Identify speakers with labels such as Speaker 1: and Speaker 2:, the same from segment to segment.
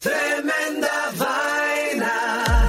Speaker 1: Tremenda vaina.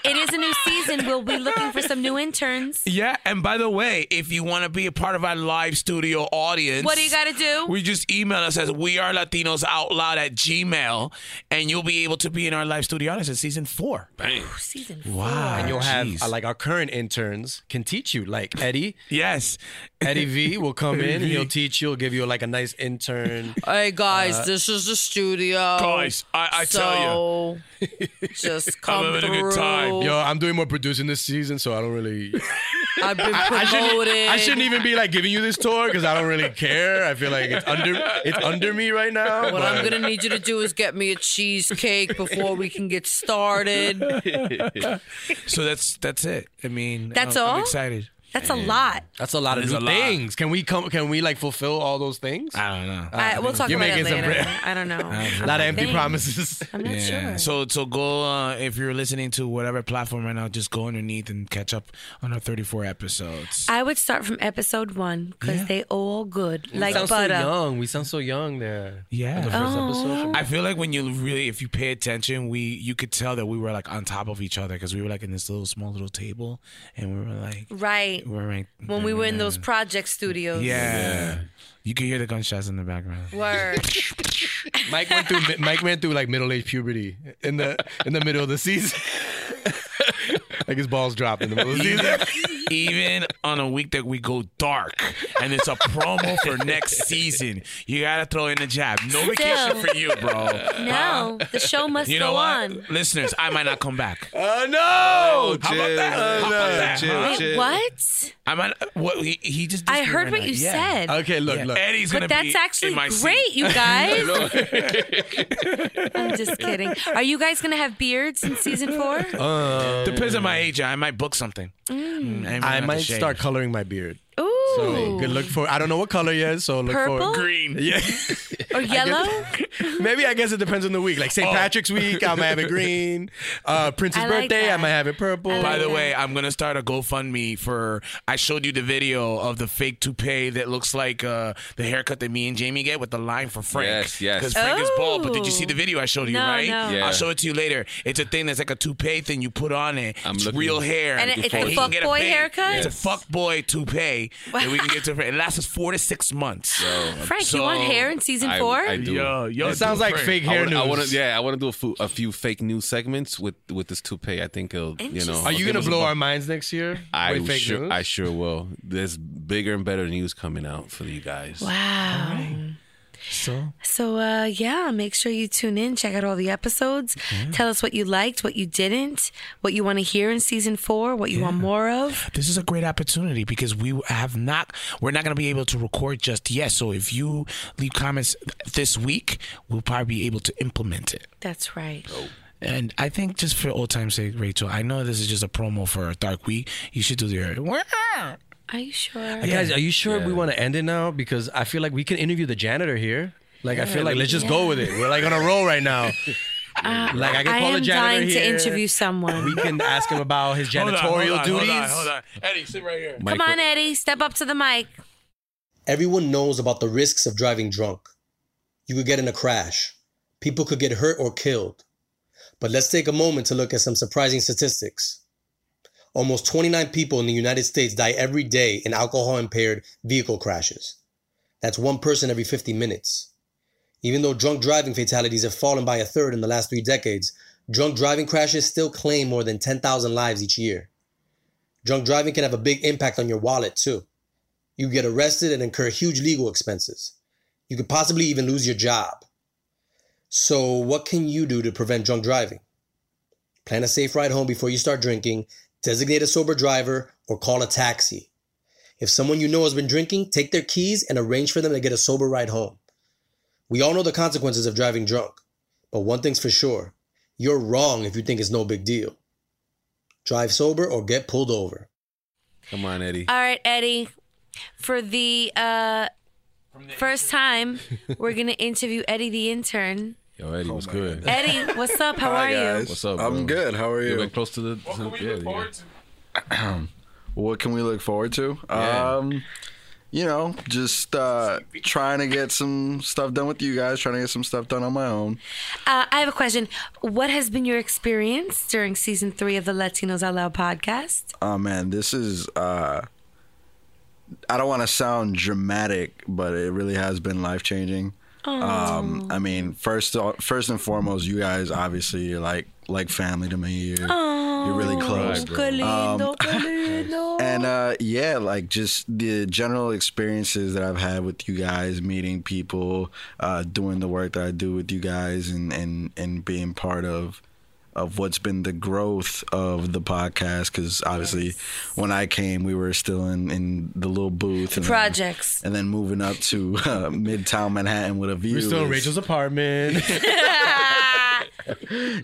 Speaker 2: It is a new season. We'll be looking for some new interns.
Speaker 3: yeah, and by the way, if you want to be a part of our live studio audience,
Speaker 2: What do you got to do?
Speaker 3: We just email us as we are Latinos Out Loud at Gmail, and you'll be able to be in our live studio audience in season four.
Speaker 4: Bang.
Speaker 2: season four.
Speaker 3: Wow.
Speaker 5: And you'll have
Speaker 3: Jeez.
Speaker 5: uh, like our current interns can teach you. Like Eddie,
Speaker 3: Yes.
Speaker 5: Eddie V will come in and he'll teach you. He'll give you like a nice intern.
Speaker 6: Oh.
Speaker 2: Hey guys, this is the studio.
Speaker 3: Guys, I- I tell
Speaker 2: you, just come
Speaker 3: having a good time.
Speaker 2: through.
Speaker 5: Yo, I'm doing more producing this season, so I don't really.
Speaker 7: I've been
Speaker 3: I, I shouldn't,
Speaker 7: promoted.
Speaker 3: I shouldn't even be like giving you this tour because I don't really care. I feel like it's under it's under me right now.
Speaker 7: What I'm
Speaker 3: e-, but-
Speaker 7: gonna need you to do is get me a cheesecake before we can get started.
Speaker 3: so that's that's it. I mean,
Speaker 2: That's
Speaker 3: I'm- I'm
Speaker 2: all?
Speaker 3: excited.
Speaker 2: That's a lot.
Speaker 5: That's a lot of
Speaker 3: There's
Speaker 5: new
Speaker 3: a lot.
Speaker 5: things. Ah, Can we come? Can we like fulfill all those things?
Speaker 3: I don't know.
Speaker 2: I, Uh, we'll talk
Speaker 5: You're
Speaker 2: about it
Speaker 5: making some
Speaker 2: later.
Speaker 5: bre-
Speaker 2: I don't know.
Speaker 5: a lot of empty
Speaker 2: Thanks.
Speaker 5: promises.
Speaker 2: I'm not sure.
Speaker 3: So so go uh, if you're listening to whatever platform right now, just go underneath and catch up on our 34 episodes.
Speaker 2: I would start from episode one because they all good, like
Speaker 5: sound so
Speaker 2: butter.
Speaker 5: young. We sound so young there.
Speaker 3: Yeah.
Speaker 5: The
Speaker 2: Oh.
Speaker 5: first
Speaker 7: Oh.
Speaker 5: episode.
Speaker 3: I feel like when you really, if you pay attention, we you could tell that we were like on top of each other because we were like in this little small little table, and we were like,
Speaker 2: right.
Speaker 3: we were like
Speaker 2: When we were in those project studios.
Speaker 3: yeah. You could hear the gunshots in the background.
Speaker 2: Word.
Speaker 5: Mike went through. Mike went through like middle age puberty in the in the middle of the season. like his balls dropped in the middle of the season.
Speaker 3: Even on a week that we go dark and it's a promo for next season, you gotta throw in a jab. No vacation
Speaker 2: Still.
Speaker 3: for you, bro.
Speaker 2: No, the show must
Speaker 3: You
Speaker 2: go
Speaker 3: know what,
Speaker 2: on.
Speaker 3: listeners? I might not come back.
Speaker 5: Oh no!
Speaker 4: Oh,
Speaker 3: How about that?
Speaker 4: chill,
Speaker 3: How about that,
Speaker 4: chill,
Speaker 3: huh?
Speaker 2: Wait,
Speaker 4: chill.
Speaker 2: what?
Speaker 3: I might. What he, he just. dissed
Speaker 2: I
Speaker 3: me
Speaker 2: heard
Speaker 3: right
Speaker 2: what
Speaker 3: now.
Speaker 2: you
Speaker 3: Yeah.
Speaker 2: said.
Speaker 5: Okay, look,
Speaker 3: Yeah,
Speaker 5: look.
Speaker 3: Eddie's gonna
Speaker 2: But that's
Speaker 3: be
Speaker 2: actually
Speaker 3: in my
Speaker 2: great,
Speaker 3: seat.
Speaker 2: you guys. I'm just kidding. Are you guys gonna have beards in season four?
Speaker 5: Uh,
Speaker 3: Depends on my age. I might book something. Mm,
Speaker 5: I
Speaker 3: have to
Speaker 5: might
Speaker 3: shave.
Speaker 5: start coloring my beard.
Speaker 2: Ooh,
Speaker 5: So good look for. I don't know what color yet, so look
Speaker 2: Purple?
Speaker 5: for
Speaker 3: green.
Speaker 5: Yeah.
Speaker 2: or yellow?
Speaker 5: Maybe I guess it depends on the week. Like St.
Speaker 4: Oh.
Speaker 5: Patrick's week, I might have it green. Uh, Prince's
Speaker 2: I like
Speaker 5: birthday, I
Speaker 2: that.
Speaker 5: might have it purple.
Speaker 3: By the way, I'm gonna start a GoFundMe for. I showed you the video of the fake toupee that looks like uh, the haircut that me and Jamie get with the line for Frank.
Speaker 4: Yes, yes.
Speaker 3: Because Frank is bald. But did you see
Speaker 2: Oh.
Speaker 3: the video I showed you?
Speaker 2: No,
Speaker 3: right?
Speaker 2: no.
Speaker 4: Yeah.
Speaker 3: I'll show it to you later. It's a thing that's like a toupee thing you put on it.
Speaker 4: I'm
Speaker 3: it's
Speaker 4: looking-
Speaker 3: real hair.
Speaker 2: And it- it's a
Speaker 3: And he can get
Speaker 2: fuckboy
Speaker 3: fade.
Speaker 2: haircut?
Speaker 3: It's a
Speaker 4: Yes.
Speaker 3: fuck boy toupee that we can get to. Frank. It lasts us four to six months.
Speaker 2: Frank,
Speaker 3: So,
Speaker 2: you want hair in season
Speaker 4: I-
Speaker 2: four?
Speaker 4: I do.
Speaker 3: Yo, yo,
Speaker 5: it sounds like
Speaker 3: Frank.
Speaker 5: fake
Speaker 4: I
Speaker 5: hair
Speaker 4: wanna,
Speaker 5: news.
Speaker 4: I wanna, yeah, I want to do a few, a few fake news segments with with this toupee. I think it'll, you know.
Speaker 2: Interesting.
Speaker 5: Are you
Speaker 4: it'll
Speaker 5: gonna
Speaker 4: give us a
Speaker 5: blow
Speaker 4: bu-
Speaker 5: our minds next year?
Speaker 4: I
Speaker 5: with fake
Speaker 4: sure,
Speaker 5: news?
Speaker 4: I sure will. There's bigger and better news coming out for you guys.
Speaker 2: Wow.
Speaker 3: So
Speaker 2: So uh, yeah, make sure you tune in, check out all the episodes. Tell us what you liked, what you didn't, what you want to hear in season four, what you want more of.
Speaker 3: this is a great opportunity because we have not we're not going to be able to record just yet so if you leave comments this week we'll probably be able to implement it
Speaker 2: That's right.
Speaker 3: and i think just for old time's sake rachel i know this is just a promo for dark week you should do your
Speaker 2: Are you sure?
Speaker 5: Guys, are you sure we want to end it now? Because I feel like we can interview the janitor here. Like I feel like let's just go with it. We're like on a roll right now. like I can
Speaker 2: I
Speaker 5: call
Speaker 2: am
Speaker 5: the janitor
Speaker 2: dying to
Speaker 5: here.
Speaker 2: interview someone.
Speaker 5: We can ask him about his janitorial duties.
Speaker 3: eddie sit right here
Speaker 2: Come on, Eddie, step up to the mic.
Speaker 8: Everyone knows about the risks of driving drunk. You could get in a crash, people could get hurt or killed. But let's take a moment to look at some surprising statistics. Almost 29 people in the United States die every day in alcohol impaired vehicle crashes. That's one person every 50 minutes. Even though drunk driving fatalities have fallen by a third in the last three decades, drunk driving crashes still claim more than 10,000 lives each year. Drunk driving can have a big impact on your wallet, too. You get arrested and incur huge legal expenses. You could possibly even lose your job. So, what can you do to prevent drunk driving? Plan a safe ride home before you start drinking, designate a sober driver, or call a taxi. If someone you know has been drinking, take their keys and arrange for them to get a sober ride home. We all know the consequences of driving drunk, but one thing's for sure you're wrong if you think it's no big deal. Drive sober or get pulled over.
Speaker 4: Come on, Eddie.
Speaker 2: All right, Eddie, for the uh, first time, we're gonna interview Eddie the intern.
Speaker 4: Yo, Eddie,
Speaker 5: Oh
Speaker 4: what's good?
Speaker 2: Eddie, what's up? How
Speaker 9: Hi
Speaker 2: are
Speaker 9: guys.
Speaker 2: you?
Speaker 4: What's up, bro?
Speaker 9: I'm good. How are
Speaker 4: You're
Speaker 9: you?
Speaker 4: like close to the. yeah, you got-
Speaker 9: What can we look forward to?
Speaker 4: Yeah.
Speaker 9: Um, you know, just uh, trying to get some stuff done with you guys. Trying to get some stuff done on my own.
Speaker 2: Uh, I have a question. What has been your experience during season three of the Latinos Out Loud podcast?
Speaker 9: Oh man, this is. Uh, I don't want to sound dramatic, but it really has been life changing. Um, I mean, first first and foremost, you guys obviously you're like like family to me. You're,
Speaker 2: Oh.
Speaker 9: you're really close.
Speaker 2: Qué lindo, qué lindo.
Speaker 9: And uh, yeah, like just the general experiences that I've had with you guys, meeting people, uh, doing the work that I do with you guys, and and and being part of
Speaker 5: of what's been the growth of the podcast because obviously when I came we were still in, in the little booth
Speaker 2: The
Speaker 5: and then-
Speaker 2: projects.
Speaker 5: and then moving up to uh, Midtown Manhattan with a view
Speaker 10: We're still in
Speaker 5: is-
Speaker 10: Rachel's apartment.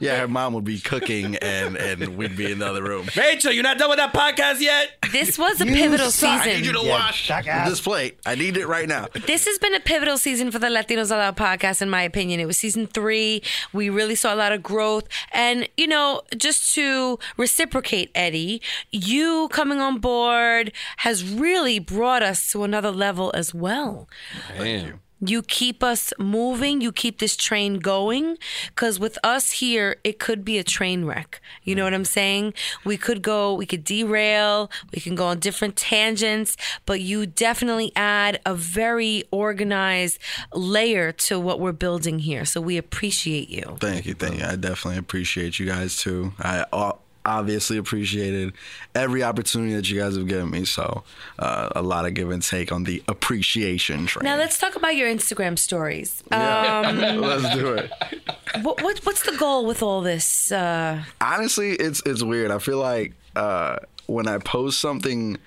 Speaker 5: yeah her mom would be cooking and and we'd be in the other room
Speaker 10: Rachel, you're not done with that podcast yet.
Speaker 2: This was a pivotal
Speaker 5: suck. I
Speaker 2: season.
Speaker 5: need you to
Speaker 2: Yeah,
Speaker 5: wash this plate I need it right now
Speaker 2: This has been a pivotal season for the Latinos Aloud podcast, in my opinion. It was season three. We really saw a lot of growth. And, you know, just to reciprocate, Eddie, you coming on board has really brought us to another level as well.
Speaker 4: Thank you.
Speaker 2: You keep us moving, you keep this train going, because with us here, it could be a train wreck. You know what I'm saying? We could go, we could derail, we can go on different tangents, but you definitely add a very organized layer to what we're building here. So we appreciate you.
Speaker 5: Thank you, thank you. I definitely appreciate you guys too. I o- obviously appreciated every opportunity that you guys have given me. So uh, a lot of give and take on the appreciation train.
Speaker 2: Now let's talk about your Instagram stories.
Speaker 5: Yeah.
Speaker 2: Um,
Speaker 5: let's do it.
Speaker 2: what, what, what's the goal with all this? Uh,
Speaker 5: honestly, it's it's weird. I feel like uh, when I post something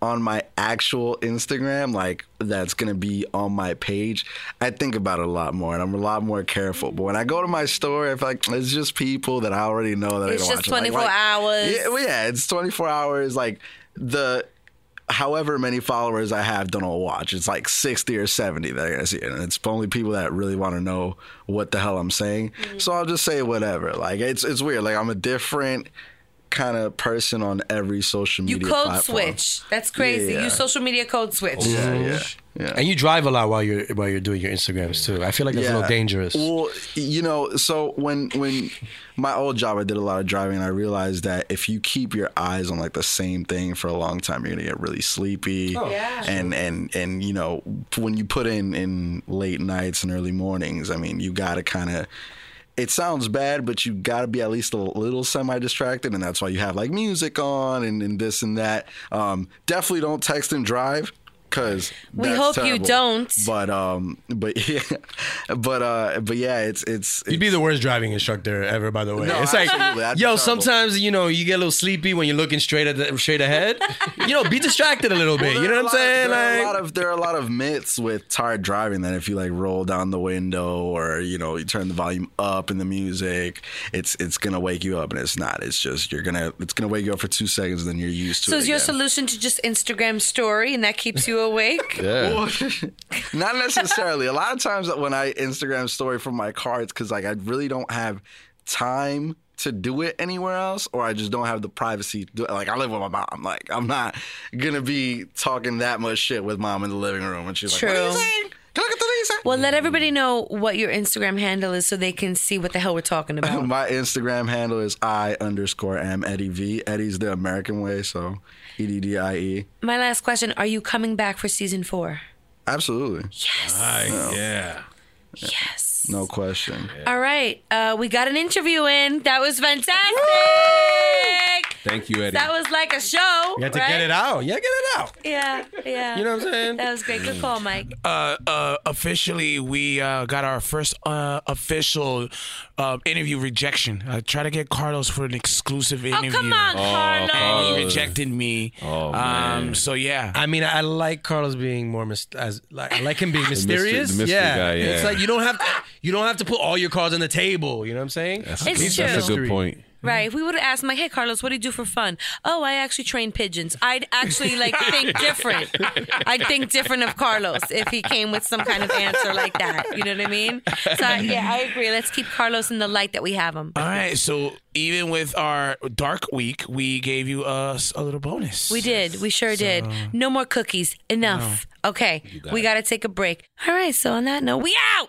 Speaker 5: on my actual Instagram, like that's gonna be on my page, I think about it a lot more and I'm a lot more careful. But when I go to my story, I feel like it's just people that I already know that
Speaker 2: It's
Speaker 5: I can
Speaker 2: just
Speaker 5: watch. Like-
Speaker 2: 24
Speaker 5: like-
Speaker 2: hours.
Speaker 5: Yeah, well, yeah, it's 24 hours. Like the however many followers I have don't all watch. It's like 60 or 70 that I gotta see. And it's only people that really want to know what the hell I'm saying.
Speaker 2: Mm-hmm.
Speaker 5: So I'll just say whatever. Like it's it's weird. Like I'm a different kind of person on every social
Speaker 2: you
Speaker 5: media.
Speaker 2: code
Speaker 5: platform.
Speaker 2: switch. That's crazy.
Speaker 5: Yeah.
Speaker 2: You social media code switch.
Speaker 5: Yeah, yeah. Yeah.
Speaker 10: And you drive a lot while you're while you're doing your Instagrams too. I feel like that's a little dangerous.
Speaker 5: Well, you know, so when when my old job, I did a lot of driving, and I realized that if you keep your eyes on like the same thing for a long time, you're gonna get really sleepy.
Speaker 8: Oh, yeah.
Speaker 5: And and and you know, when you put in in late nights and early mornings, I mean, you gotta kind of. It sounds bad, but you gotta be at least a little semi distracted, and that's why you have like music on and, and this and that. Um, definitely don't text and drive, cause
Speaker 2: We
Speaker 5: that's
Speaker 2: hope you
Speaker 5: terrible.
Speaker 2: don't.
Speaker 5: But um, but yeah, but uh, but yeah, it's it's.
Speaker 10: You'd be the worst driving instructor ever, by the way.
Speaker 5: No,
Speaker 10: it's
Speaker 5: absolutely.
Speaker 10: like,
Speaker 5: That'd be
Speaker 10: yo,
Speaker 5: terrible.
Speaker 10: sometimes you know you get a little sleepy when you're looking straight at the, straight ahead. you know, be distracted a little bit. you know what I'm saying?
Speaker 5: There are, a
Speaker 10: Like-
Speaker 5: lot of, there are a lot of myths with tired driving that if you like roll down the window or you know you turn the volume up in the music, it's it's gonna wake you up, and it's not. It's just you're gonna it's gonna wake you up for two seconds, then you're used to
Speaker 2: So
Speaker 5: it.
Speaker 2: is your
Speaker 5: again.
Speaker 2: solution to just Instagram story and that keeps you awake?
Speaker 5: Well, not necessarily. a lot of times when I Instagram story from my car, it's because like I really don't have time to do it anywhere else, or I just don't have the privacy. To do it. Like I live with my mom. Like I'm not gonna be talking that much shit with mom in the living room, and she's like, "What are you saying?"
Speaker 2: Well, let everybody know what your Instagram handle is so they can see what the hell we're talking about.
Speaker 5: My Instagram handle is I underscore am Eddie V. Eddie's the American way, so E D D I E.
Speaker 2: My last question Are you coming back for season four?
Speaker 5: Absolutely.
Speaker 2: Yes.
Speaker 5: yeah.
Speaker 2: Yes.
Speaker 5: No question.
Speaker 2: All right. Uh, we got an interview in. That was fantastic.
Speaker 4: Thank you, Eddie.
Speaker 2: That was like a show.
Speaker 4: You had to
Speaker 2: right?
Speaker 4: get it out.
Speaker 10: Yeah, get it out.
Speaker 2: Yeah, yeah.
Speaker 3: You know what I'm saying?
Speaker 2: That was great. Good call, Mike.
Speaker 3: uh, uh, officially, we uh, got our first uh, official uh, interview rejection. I tried to get Carlos for an exclusive interview.
Speaker 2: come on, Oh, Carlos.
Speaker 3: And he
Speaker 10: Carlos.
Speaker 3: rejected me. Oh,
Speaker 10: man.
Speaker 3: Um, so, yeah.
Speaker 10: I mean, I like Carlos being more mis- as like I like him being
Speaker 3: The mystery-
Speaker 10: mysterious.
Speaker 3: the mystery
Speaker 10: yeah.
Speaker 3: guy, yeah.
Speaker 10: it's like you don't have to, you don't have to put all your cards on the table. You know what I'm saying? That's,
Speaker 2: a It's good- that's a true. good
Speaker 4: point.
Speaker 3: Mm-hmm.
Speaker 2: Right. If we would have asked Mike, hey, Carlos, what do you do for fun? Oh, I actually train pigeons. I'd actually like think different. I'd think different of Carlos if he came with some kind of answer like that. You know what I mean? So, I- yeah, I agree. Let's keep Carlos in the light that we have him.
Speaker 3: All right. So, even with our dark week, we gave you us a little bonus.
Speaker 2: We did. We sure did. No more cookies. Enough. Okay.
Speaker 3: got
Speaker 2: we
Speaker 3: it.
Speaker 2: got to take a break. All right. So, on that note, we out.